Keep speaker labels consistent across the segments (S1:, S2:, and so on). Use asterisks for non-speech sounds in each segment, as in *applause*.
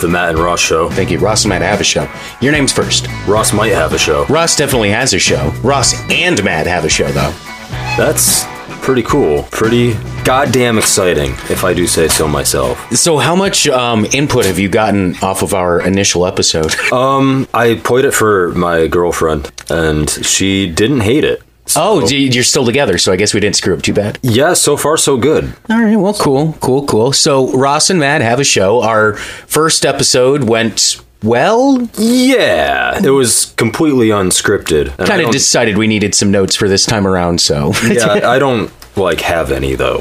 S1: the Matt and Ross show.
S2: Thank you. Ross might have a show. Your name's first.
S1: Ross might have a show.
S2: Ross definitely has a show. Ross and Matt have a show, though.
S1: That's pretty cool. Pretty goddamn exciting, if I do say so myself.
S2: So, how much um, input have you gotten off of our initial *laughs* episode?
S1: Um, I played it for my girlfriend, and she didn't hate it.
S2: oh, d- you're still together, so I guess we didn't screw up too bad.
S1: Yeah, so far so good.
S2: All right, well, cool, cool, cool. So, Ross and Matt have a show. Our first episode went well.
S1: Yeah, it was completely unscripted. and I
S2: Kind of
S1: don't-
S2: decided we needed some notes for this time around, so.
S1: *laughs* yeah, I don't like have any though.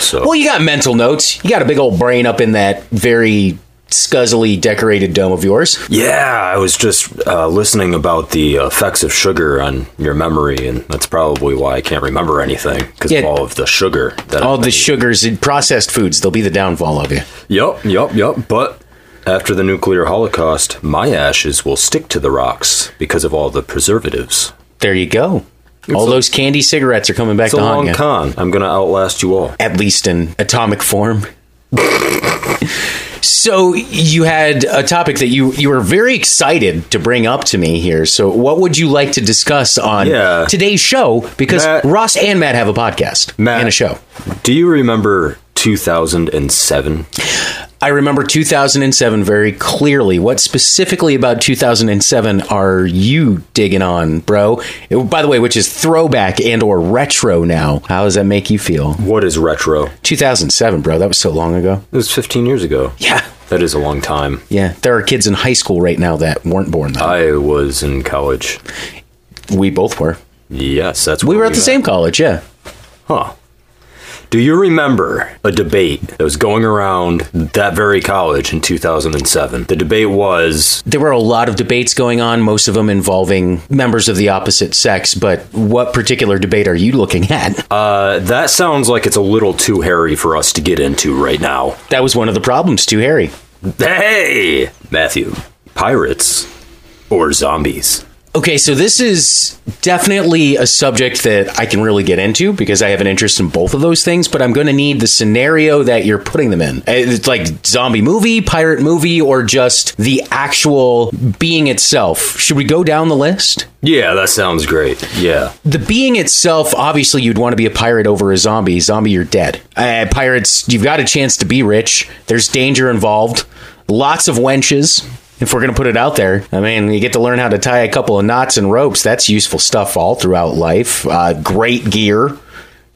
S1: So
S2: *laughs* Well, you got mental notes. You got a big old brain up in that very scuzzily decorated dome of yours.
S1: yeah, I was just uh, listening about the effects of sugar on your memory, and that's probably why I can't remember anything because
S2: Yeah.
S1: of all of the sugar. That
S2: All
S1: I've
S2: the
S1: been
S2: sugars and processed foods, they'll be the downfall of you.
S1: Yup, yup, yup. But after the nuclear holocaust, my ashes will stick to the rocks because of all the preservatives.
S2: There you go. all those candy cigarettes are coming back
S1: It's a
S2: to haunt
S1: long
S2: you.
S1: con. I'm gonna outlast you all.
S2: At least in atomic form. *laughs* so you had a topic that you you were very excited to bring up to me here. So what would you like to discuss on
S1: Yeah.
S2: today's show? Because
S1: Matt-
S2: Ross and Matt have a podcast
S1: Matt.
S2: and a show.
S1: Do you remember 2007?
S2: I remember 2007 very clearly. What specifically about 2007 are you digging on, bro? It- by the way, which is throwback and or retro now. How does that make you feel?
S1: What is retro? It
S2: 2007, bro. That was so long ago.
S1: was 15 years ago.
S2: Yeah.
S1: That is a long time.
S2: Yeah, there are kids in high school right now that weren't born then.
S1: I was in college.
S2: we both were.
S1: Yes, that's
S2: We
S1: where
S2: were at the same college, yeah.
S1: Huh. Do you remember a debate that was going around that very college in 2007? The debate was
S2: There were a lot of debates going on, most of them involving members of the opposite sex, but what particular debate are you looking at?
S1: Uh, that sounds like it's a little too hairy for us to get into right now.
S2: that was one of the problems too, Harry.
S1: Hey, Matthew, pirates or zombies?
S2: Okay, so this is definitely a subject that I can really get into because I have an interest in both of those things, but I'm going to need the scenario that you're putting them in. Uh, It's like zombie movie, pirate movie, or just the actual being itself. Should we go down the list?
S1: Yeah, that sounds great. Yeah,
S2: The being itself, obviously, you'd want to be a pirate over a zombie. Zombie, you're dead. Uh, pirates, you've got a chance to be rich. There's danger involved. Lots of wenches. If we're going to put it out there, I mean, you get to learn how to tie a couple of knots and ropes. That's useful stuff all throughout life. Uh, great gear.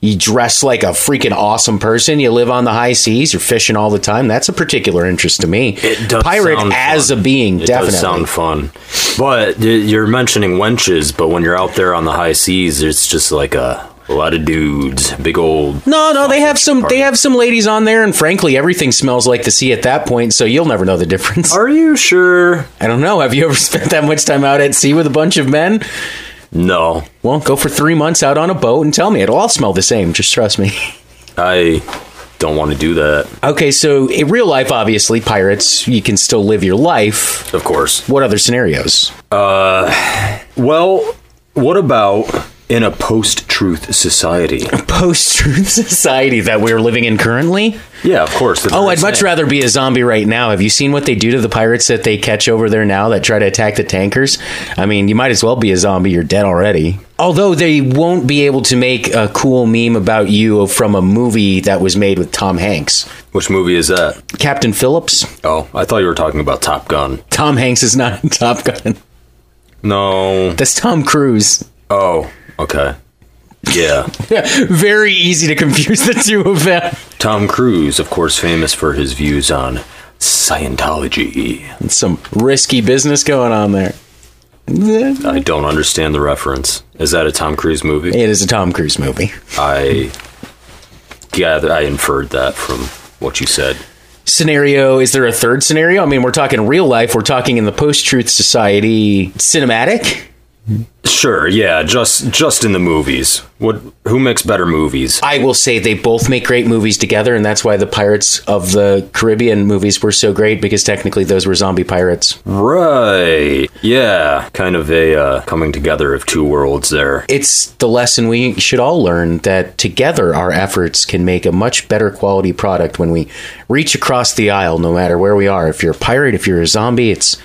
S2: You dress like a freaking awesome person. You live on the high seas. You're fishing all the time. That's a particular interest to me.
S1: It does
S2: Pirate
S1: sound
S2: as
S1: fun.
S2: a being,
S1: it
S2: definitely.
S1: does sound fun. But y- you're mentioning wenches, but when you're out there on the high seas, it's just like a, a lot of dudes, big old.
S2: No, no, they have some.
S1: party.
S2: They have some ladies on there, and frankly, everything smells like the sea at that point. So you'll never know the difference.
S1: Are you sure?
S2: *laughs* I don't know. Have you ever *laughs* spent that much time out at sea with a bunch of men?
S1: No,
S2: Well, go for three months out on a boat and tell me. It'll all smell the same. Just trust me. *laughs*
S1: I don't want to do that.
S2: Okay, so in real life, obviously, pirates, you can still live your life.
S1: Of course.
S2: What other scenarios? *laughs*
S1: Well, what about in a post-truth society?
S2: Post truth society that we're living in currently?
S1: *laughs* Yeah, of course. that's
S2: Oh,
S1: what
S2: I'd
S1: I'm
S2: much
S1: saying.
S2: rather be a zombie right now. Have you seen what they do to the pirates that they catch over there now that try to attack the tankers? I mean, you might as well be a zombie. You're dead already. Although they won't be able to make a cool meme about you from a movie that was made with Tom Hanks.
S1: Which movie is that?
S2: Captain Phillips?
S1: Oh, I thought you were talking about Top Gun.
S2: Tom Hanks is not in *laughs* Top Gun.
S1: No.
S2: That's Tom Cruise. *laughs*
S1: Oh, okay. Yeah.
S2: Very easy to confuse the two of them.
S1: Tom Cruise, of course, famous for his views on Scientology.
S2: It's some risky business going on there.
S1: I don't understand the reference. Is that a Tom Cruise movie?
S2: It is a Tom Cruise movie.
S1: I gather I inferred that from what you said.
S2: scenario is there a third scenario i mean we're talking real life we're talking in the post-truth society cinematic
S1: Sure, yeah, just just in the movies. What who makes better movies?
S2: I will say they both make great movies together, and that's why the Pirates of the Caribbean movies were so great because technically those were zombie pirates.
S1: Right. Yeah, kind of a uh, coming together of two worlds there.
S2: It's the lesson we should all learn that together our efforts can make a much better quality product when we reach across the aisle, no matter where we are. If you're a pirate, if you're a zombie, it's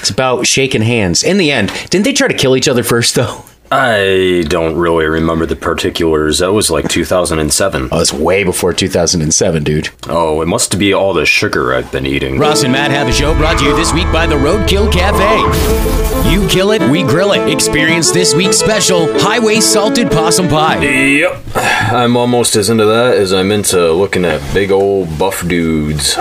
S2: it's about shaking hands. In the end, didn't they try to kill each other first though?
S1: I don't really remember the particulars. That was like 2007.
S2: Oh, it's way before 2007, dude.
S1: Oh, it must be all the sugar I've been eating.
S2: Ross and Matt have a show brought to you this week by the Roadkill Cafe. You kill it, we grill it. Experience this week's special Highway Salted Possum Pie.
S1: Yep. I'm almost as into that as I'm into looking at big old buff dudes.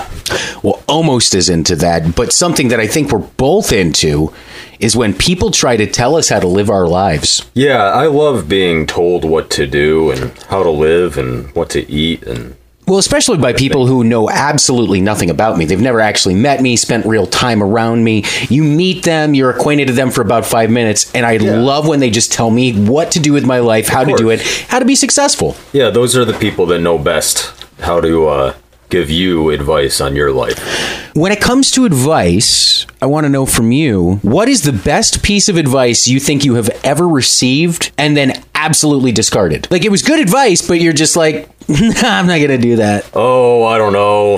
S2: Well, almost as into that, but something that I think we're both into is when people try to tell us how to live our lives.
S1: Yeah, I love being told what to do and how to live and what to eat and
S2: Well, especially by people who know absolutely nothing about me. They've never actually met me, spent real time around me. You meet them, you're acquainted to them for about five minutes, and I love when they just tell me what to do with my life, how to do it,
S1: course.
S2: how to be successful.
S1: Yeah, those are the people that know best how to uh, give you advice on your life.
S2: When it comes to advice, I want to know from you what is the best piece of advice you think you have ever received and then absolutely discarded? Like it was good advice, but you're just like, *laughs* nah, I'm not going to do that.
S1: Oh, I don't know.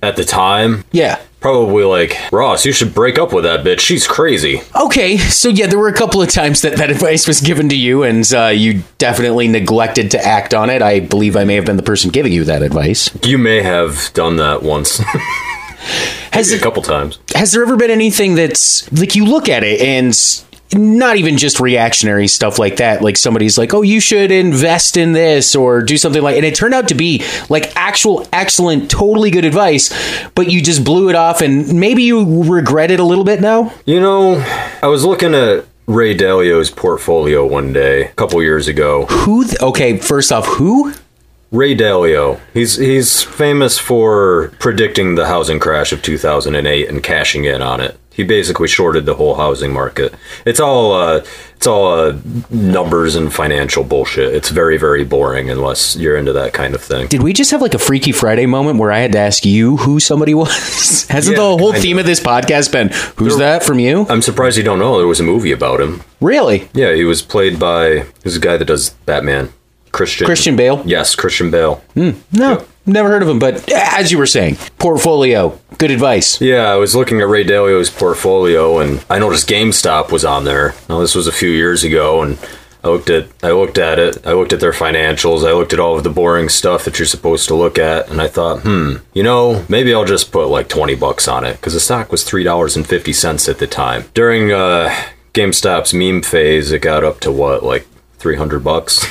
S1: At the time,
S2: Yeah.
S1: probably like, Ross, you should break up with that bitch. She's crazy.
S2: Okay. So, yeah, there were a couple of times that that advice was given to you and uh, you definitely neglected to act on it. I believe I may have been the person giving you that advice.
S1: You may have done that once, *laughs*
S2: Has
S1: a couple times.
S2: has there ever been anything that's like you look at it and not even just reactionary stuff like that like somebody's like oh you should invest in this or do something like and it turned out to be like actual excellent totally good advice but you just blew it off and maybe you regret it a little bit now
S1: You know, I was looking at Ray Dalio's portfolio one day, a couple years ago.
S2: who th- okay first off who
S1: Ray Dalio, he's he's famous for predicting the housing crash of 2008 and cashing in on it. He basically shorted the whole housing market. It's all uh, it's all uh, numbers and financial bullshit. It's very very boring unless you're into that kind of thing.
S2: did we just have like a freaky friday moment where i had to ask you who somebody *laughs* was hasn't
S1: Yeah,
S2: the whole
S1: kind
S2: theme of this podcast been who's that from you
S1: I'm surprised you don't know there was a movie about him.
S2: really
S1: Yeah, he was played by who's the guy that does Batman? Christian
S2: christian bale
S1: Yes, Christian Bale.
S2: No, never heard of him. But as you were saying, portfolio, good advice.
S1: Yeah, I was looking at Ray Dalio's portfolio, and I noticed GameStop was on there. Now this was a few years ago, and I looked at I looked at it. I looked at their financials. I looked at all of the boring stuff that you're supposed to look at, and I thought, hmm, you know, maybe I'll just put like twenty bucks on it because the stock was three dollars and fifty cents at the time. During uh, GameStop's meme phase, it got up to what like three hundred bucks.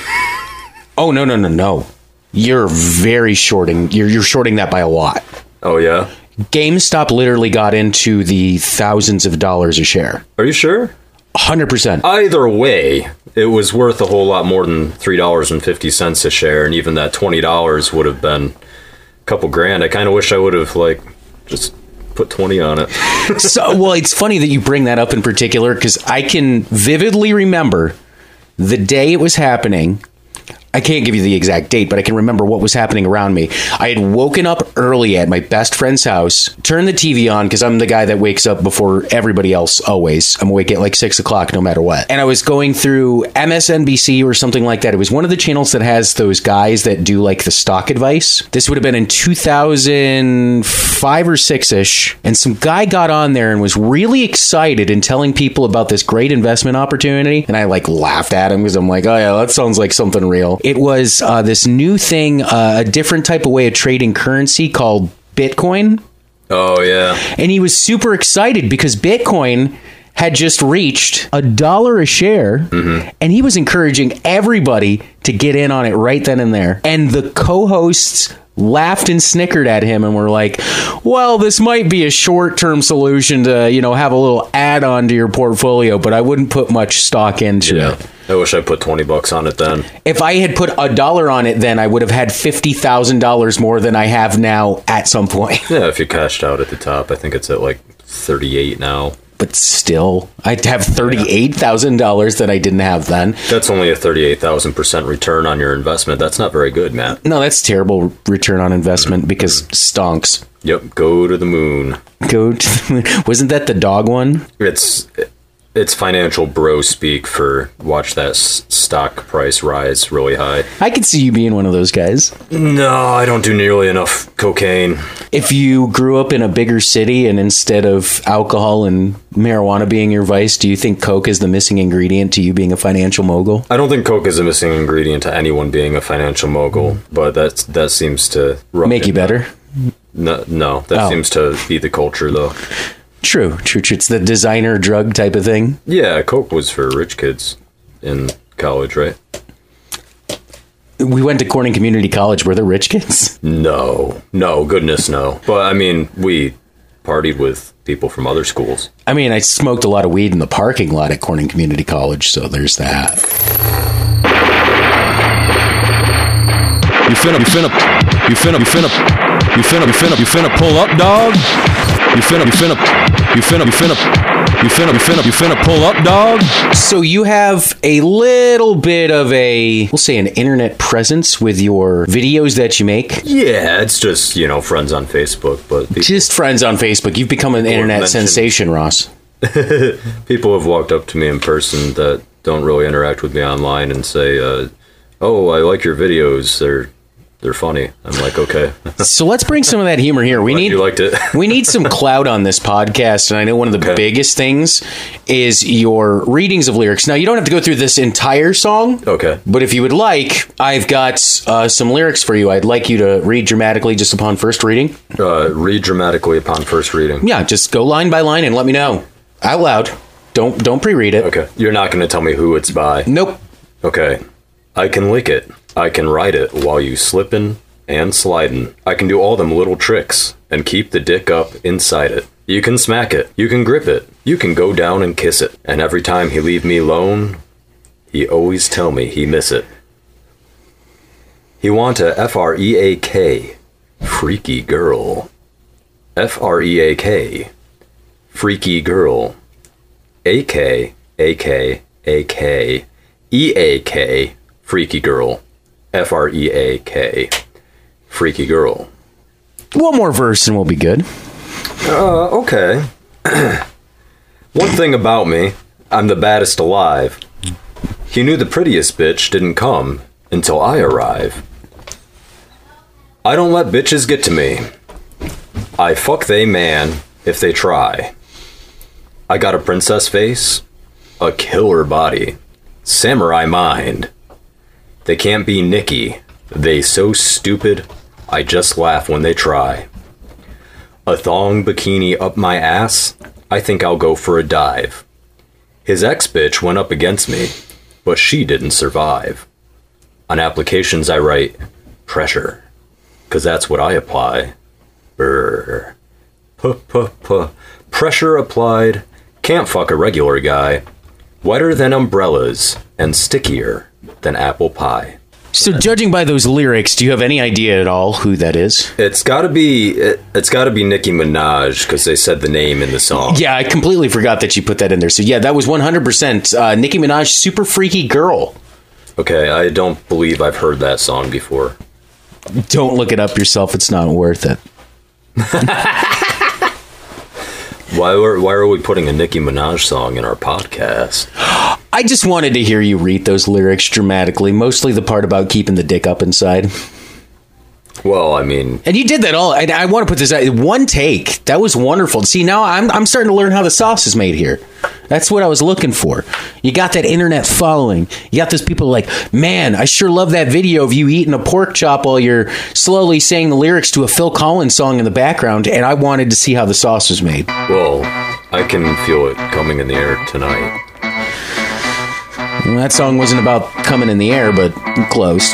S2: Oh no no no no, you're very shorting. You're you're shorting that by a lot.
S1: Oh yeah,
S2: GameStop literally got into the thousands of dollars a share.
S1: are you sure?
S2: Hundred percent.
S1: either way, it was worth a whole lot more than three dollars and fifty cents a share, and even that twenty dollars would have been a couple grand. I kind of wish I would have like just put twenty on it.
S2: so, well, it's funny that you bring that up in particular because I can vividly remember the day it was happening. I can't give you the exact date, but I can remember what was happening around me. I had woken up early at my best friend's house, turned the TV on because I'm the guy that wakes up before everybody else always. I'm awake at like six o'clock no matter what. And I was going through MSNBC or something like that. It was one of the channels that has those guys that do like the stock advice. This would have been in 2005 or six ish. And some guy got on there and was really excited and telling people about this great investment opportunity. And I like laughed at him because I'm like, oh yeah, that sounds like something real. It was uh, this new thing, uh, a different type of way of trading currency called Bitcoin.
S1: Oh yeah,
S2: And he was super excited because Bitcoin had just reached a dollar a share and he was encouraging everybody to get in on it right then and there. And the co-hosts laughed and snickered at him and were like, "Well, this might be a short-term solution to, you know, have a little add-on to your portfolio, but I wouldn't put much stock into
S1: yeah.
S2: it."
S1: I wish I put twenty bucks on it then.
S2: If I had put a dollar on it then I would have had $50,000 more than I have now at some point.
S1: Yeah, if you cashed out at the top, I think it's at like thirty-eight now.
S2: but still, I'd have thirty-eight thousand dollars that I didn't have then.
S1: That's only a 38,000% return on your investment. That's not very good, Matt.
S2: No, that's terrible return on investment because stonks.
S1: Yep, go to the moon.
S2: Go to, wasn't that the *laughs* dog one?
S1: It's it's financial bro speak for watch that s- stock price rise really high.
S2: I could see you being one of those guys.
S1: No, I don't do nearly enough cocaine.
S2: If you grew up in a bigger city and instead of alcohol and marijuana being your vice, do you think coke is the missing ingredient to you being a financial mogul?
S1: I don't think coke is a missing ingredient to anyone being a financial mogul, but that's that seems to rub
S2: Mm. Make
S1: it-
S2: you better.
S1: No, no, that
S2: Oh.
S1: seems to be the culture though.
S2: True, true, true. It's the designer drug type of thing.
S1: Yeah, coke was for rich kids in college, right?
S2: We went to Corning Community College. Were there rich kids?
S1: No, no, goodness, no. But I mean, we partied with people from other schools.
S2: I mean, I smoked a lot of weed in the parking lot at Corning Community College, so there's that.
S3: You finna, you finna, you finna, you finna, you finna, you finna, you finna pull up, dog. You finna, you finna, you finna, you finna, you finna, you finna, you finna pull up, dog.
S2: So you have a little bit of a, we'll say, an internet presence with your videos that you make.
S1: Yeah, it's just you know friends on Facebook, but pe-
S2: Just friends on Facebook. You've become an internet
S1: mentioned.
S2: sensation, Ross.
S1: *laughs* people have walked up to me in person that don't really interact with me online and say, uh, "Oh, I like your videos. They're they're funny." I'm like, "Okay,
S2: So let's bring some of that humor here. We need
S1: *laughs* you liked it."
S2: we need some clout on this podcast, and I know one of the
S1: Okay.
S2: biggest things is your readings of lyrics. Now you don't have to go through this entire song.
S1: *laughs* okay.
S2: But if you would like, I've got uh, some lyrics for you. I'd like you to read dramatically just upon first reading.
S1: Uh, read dramatically upon first reading.
S2: Yeah, just go line by line and let me know out loud. Don't don't pre-read it.
S1: Okay. You're not going to tell me who it's by.
S2: Nope.
S1: Okay. I can lick it. I can ride it while you slippin' and slidin'. I can do all them little tricks and keep the dick up inside it. You can smack it. You can grip it. You can go down and kiss it. And every time he leave me alone, he always tell me he miss it. He want a F R E A K, freaky girl. F R E A K, freaky girl. A K A K A K. E A K, Freaky Girl. F R E A K, Freaky Girl.
S2: One more verse and we'll be good.
S1: Uh, okay. *clears throat* One thing about me, I'm the baddest alive. He knew the prettiest bitch didn't come until I arrive. I don't let bitches get to me. I fuck they man if they try. I got a princess face, a killer body, samurai mind. They can't be Nikki. They so stupid. I just laugh when they try. A thong bikini up my ass? I think I'll go for a dive. His ex bitch went up against me, but she didn't survive. On applications, I write pressure, 'cause that's what I apply. Brr. Puh, puh, puh. Pressure applied. Can't fuck a regular guy. Wetter than umbrellas and stickier than apple pie.
S2: So judging by those lyrics, do you have any idea at all who that is?
S1: It's gotta be it, it's gotta be Nicki Minaj because they said the name in the song.
S2: Yeah, I completely forgot that you put that in there. So yeah, that was 100% uh, Nicki Minaj, Super Freaky Girl.
S1: Okay, I don't believe I've heard that song before.
S2: Don't look it up yourself. It's not worth it.
S1: Why are why are we putting a Nicki Minaj song in our podcast?
S2: I just wanted to hear you read those lyrics dramatically, mostly the part about keeping the dick up inside.
S1: Well, I mean,
S2: And you did that all. And I want to put this out. One take. That was wonderful. See, now I'm, I'm starting to learn how the sauce is made here. That's what I was looking for. You got that internet following. You got those people like, man, I sure love that video of you eating a pork chop while you're slowly saying the lyrics to a Phil Collins song in the background. And I wanted to see how the sauce was made.
S1: well, I can feel it coming in the air tonight.
S2: And that song wasn't about coming in the air, but close.